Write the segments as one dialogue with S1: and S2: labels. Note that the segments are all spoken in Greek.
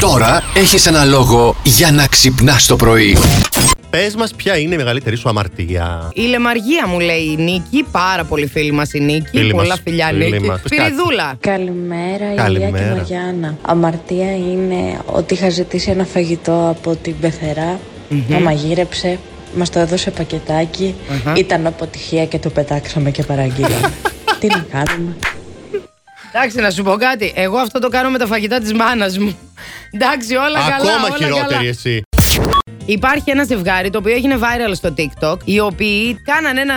S1: Τώρα έχεις ένα λόγο για να ξυπνάς το πρωί.
S2: Πες μας, ποια είναι η μεγαλύτερη σου αμαρτία.
S3: Η λεμαργία μου λέει η Νίκη, πάρα πολύ φίλη μας η Νίκη.
S2: Φίλη
S3: πολλά
S2: μας,
S3: φιλιά
S2: φίλη
S3: Νίκη.
S2: μας.
S3: Πυριδούλα.
S4: Καλημέρα, Ηλία και
S2: Καλημέρα.
S4: Μαριάννα. Αμαρτία είναι ότι είχα ζητήσει ένα φαγητό από την πεθερα το μαγείρεψε, μας το έδωσε πακετάκι,
S3: Αχα.
S4: ήταν αποτυχία και το πετάξαμε και παραγγείλαμε. Τι να κάνουμε.
S3: Εντάξει, να σου πω κάτι. Εγώ αυτό το κάνω με τα φαγητά της μάνας μου. Εντάξει, όλα καλά.
S2: Ακόμα
S3: όλα
S2: χειρότερη
S3: καλά.
S2: εσύ.
S3: Υπάρχει ένα ζευγάρι το οποίο έγινε viral στο TikTok. Οι οποίοι κάναν ένα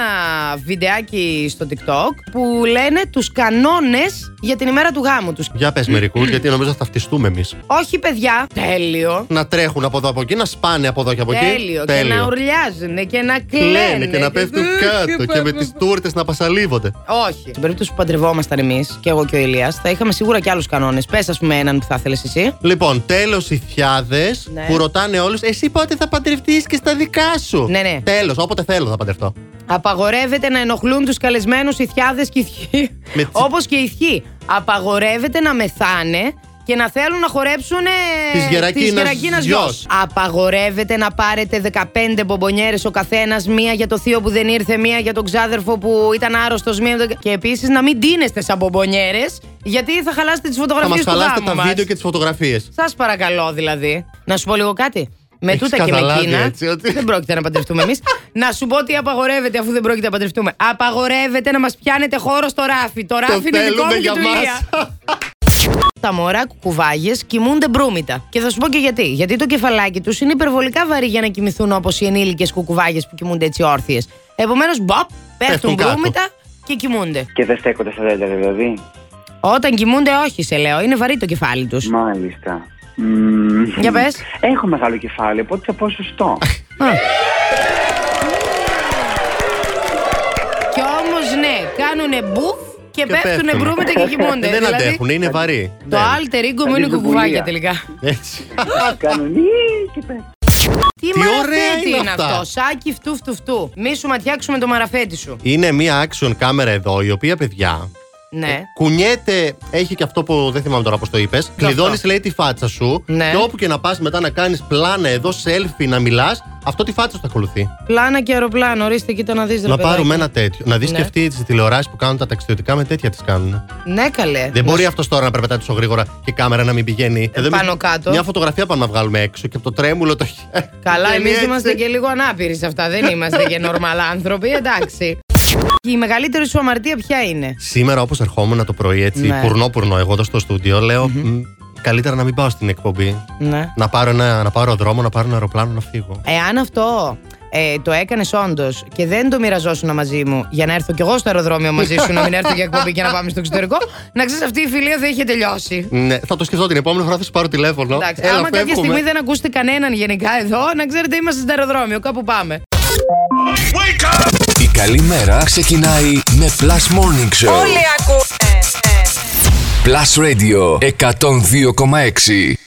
S3: βιντεάκι στο TikTok που λένε τους κανόνες για την ημέρα του γάμου τους.
S2: Για πες μερικού, γιατί νομίζω θα ταυτιστούμε εμείς.
S3: Όχι, παιδιά. Τέλειο.
S2: Να τρέχουν από εδώ από εκεί, να σπάνε από εδώ και από εκεί.
S3: Τέλειο. Και να ουρλιάζουν και να κλαίνε.
S2: Κλαίνε και να πέφτουν κάτω και με τις τούρτες να πασαλίβονται.
S3: Όχι. Στην περίπτωση που παντρευόμασταν εμείς, και εγώ και ο Ηλίας, θα είχαμε σίγουρα και άλλους κανόνες. Πες, ας πούμε, έναν που θα ήθελε εσύ.
S2: Λοιπόν, τέλος οι θιάδες
S3: Ναι.
S2: που ρωτάνε όλους, εσύ πότε θα παντρευτείς και στα δικά σου.
S3: Ναι, ναι.
S2: Τέλος, όποτε θέλω θα παντρευτώ.
S3: Απαγορεύεται να ενοχλούν τους καλεσμένους ηθιάδε και ηθιοί.
S2: Με τσι-
S3: Όπως και ηθιοί. Απαγορεύεται να μεθάνε και να θέλουν να χορέψουν ε,
S2: Της γερακίνας
S3: γιος.
S2: γιος.
S3: Απαγορεύεται να πάρετε 15 μπομπονιέρες ο καθένας, μία για το θείο που δεν ήρθε, μία για τον ξάδερφο που ήταν άρρωστος. Μία... για τον- Και επίσης να μην τίνεστε σαν μπομπονιέρες, γιατί θα χαλάσετε τις
S2: Θα μας
S3: φωτογραφίες του
S2: χαλάσετε
S3: γάμου
S2: τα
S3: μας.
S2: βίντεο και τις φωτογραφίες.
S3: Σας παρακαλώ δηλαδή. Να σου πω λίγο κάτι. Με
S2: Έχεις
S3: τούτα και με
S2: καταλάβει
S3: εκείνα.
S2: έτσι ότι-
S3: Δεν πρόκειται να παντρευτούμε εμείς. να σου πω τι απαγορεύεται αφού δεν πρόκειται να παντρευτούμε. Απαγορεύεται να μας πιάνετε χώρο στο ράφι. Το
S2: Το
S3: ράφι είναι δικό
S2: θέλουμε
S3: μου Ε, και
S2: για
S3: του
S2: μας.
S3: Ηλία. Τα μωρά κουκουβάγες κοιμούνται μπρούμητα. Και θα σου πω και γιατί. Γιατί το κεφαλάκι τους είναι υπερβολικά βαρύ για να κοιμηθούν όπως οι ενήλικες κουκουβάγες που κοιμούνται έτσι όρθιες. Επομένως, μπαπ, πέφτουν
S2: Πέφτουν κάτω.
S3: μπρούμητα και κοιμούνται.
S5: Και δεν στέκονται στα δέντρα δηλαδή.
S3: Όταν κοιμούνται, όχι, σε λέω. Είναι βαρύ το κεφάλι τους.
S5: Μάλιστα. Μμμ.
S3: Για πες.
S5: Έχω μεγάλο κεφάλι, οπότε θα πω σωστό.
S3: Και όμως ναι, κάνουν μπουφ και,
S2: Και
S3: πέφτουνε
S2: πέφτουνε. Ε,
S3: μπρούμητα και κοιμούνται.
S2: Δεν
S3: Δηλαδή,
S2: αντέχουν, είναι βαρύ.
S3: Το
S2: Ναι.
S3: alter ego μου είναι
S5: Αντιδρομολία.
S3: κουκουβάκια τελικά.
S2: Έτσι.
S5: Κανονί και πες.
S3: Τι,
S2: Τι ωραία
S3: μαραφέτη
S2: είναι
S3: είναι
S2: αυτά.
S3: αυτό, σάκι φτού φτού φτού. Μη σου ματιάξουμε το μαραφέτη σου.
S2: Είναι μία action κάμερα εδώ, η οποία παιδιά
S3: Ναι.
S2: κουνιέται, έχει και αυτό που δεν θυμάμαι τώρα πώς το είπες. Κλειδώνεις, λέει τη φάτσα σου.
S3: Ναι.
S2: Και όπου και να πας μετά να κάνεις πλάνα εδώ, selfie, να μιλάς, αυτό τη φάτσα σου θα ακολουθεί.
S3: Πλάνα και αεροπλάνο, ορίστε κοίτα να δεις ρε
S2: να
S3: παιδάκι.
S2: πάρουμε ένα τέτοιο. Να δεις
S3: Ναι.
S2: και αυτοί τι τηλεοράσεις που κάνουν τα ταξιδιωτικά με τέτοια τις κάνουν.
S3: Ναι, καλέ.
S2: Δεν μπορεί αυτός τώρα να περπατάει τόσο γρήγορα και η κάμερα να μην πηγαίνει. Εδώ
S3: πάνω
S2: μην-
S3: κάτω.
S2: Μια φωτογραφία πάμε να βγάλουμε έξω και από το τρέμουλο το χέρι.
S3: Καλά,
S2: Βγαίνει
S3: εμεί
S2: έτσι.
S3: είμαστε και λίγο ανάπηροι σε αυτά. Δεν είμαστε και νορμαλ άνθρωποι, εντάξει. Και η μεγαλύτερη σου αμαρτία ποια είναι.
S2: Σήμερα, όπως ερχόμουν το πρωί, έτσι,
S3: Ναι.
S2: πουρνό-πουρνό, εγώ εδώ στο στούντιο, λέω, «Μ, Καλύτερα να μην πάω στην εκπομπή.
S3: Ναι.
S2: Να πάρω, ένα, να πάρω δρόμο, να πάρω ένα αεροπλάνο να φύγω.
S3: Εάν αυτό ε, το έκανες όντως και δεν το μοιραζόσουν μαζί μου για να έρθω κι εγώ στο αεροδρόμιο μαζί σου, να μην έρθω για εκπομπή και να πάμε στο εξωτερικό, να ξέρεις αυτή η φιλία θα είχε τελειώσει.
S2: Ναι, θα το σκεφτώ την επόμενη φορά, θα σου πάρω τηλέφωνο.
S3: Εντάξει,
S2: Έλα,
S3: άμα κάποια
S2: φεύγουμε.
S3: στιγμή δεν ακούσετε κανέναν γενικά εδώ, να ξέρετε είμαστε στο αεροδρόμιο, κάπου πάμε.
S1: Η καλή μέρα ξεκινάει με Plus Morning Show.
S6: Όλοι ακούνε.
S1: Plus Radio 102,6.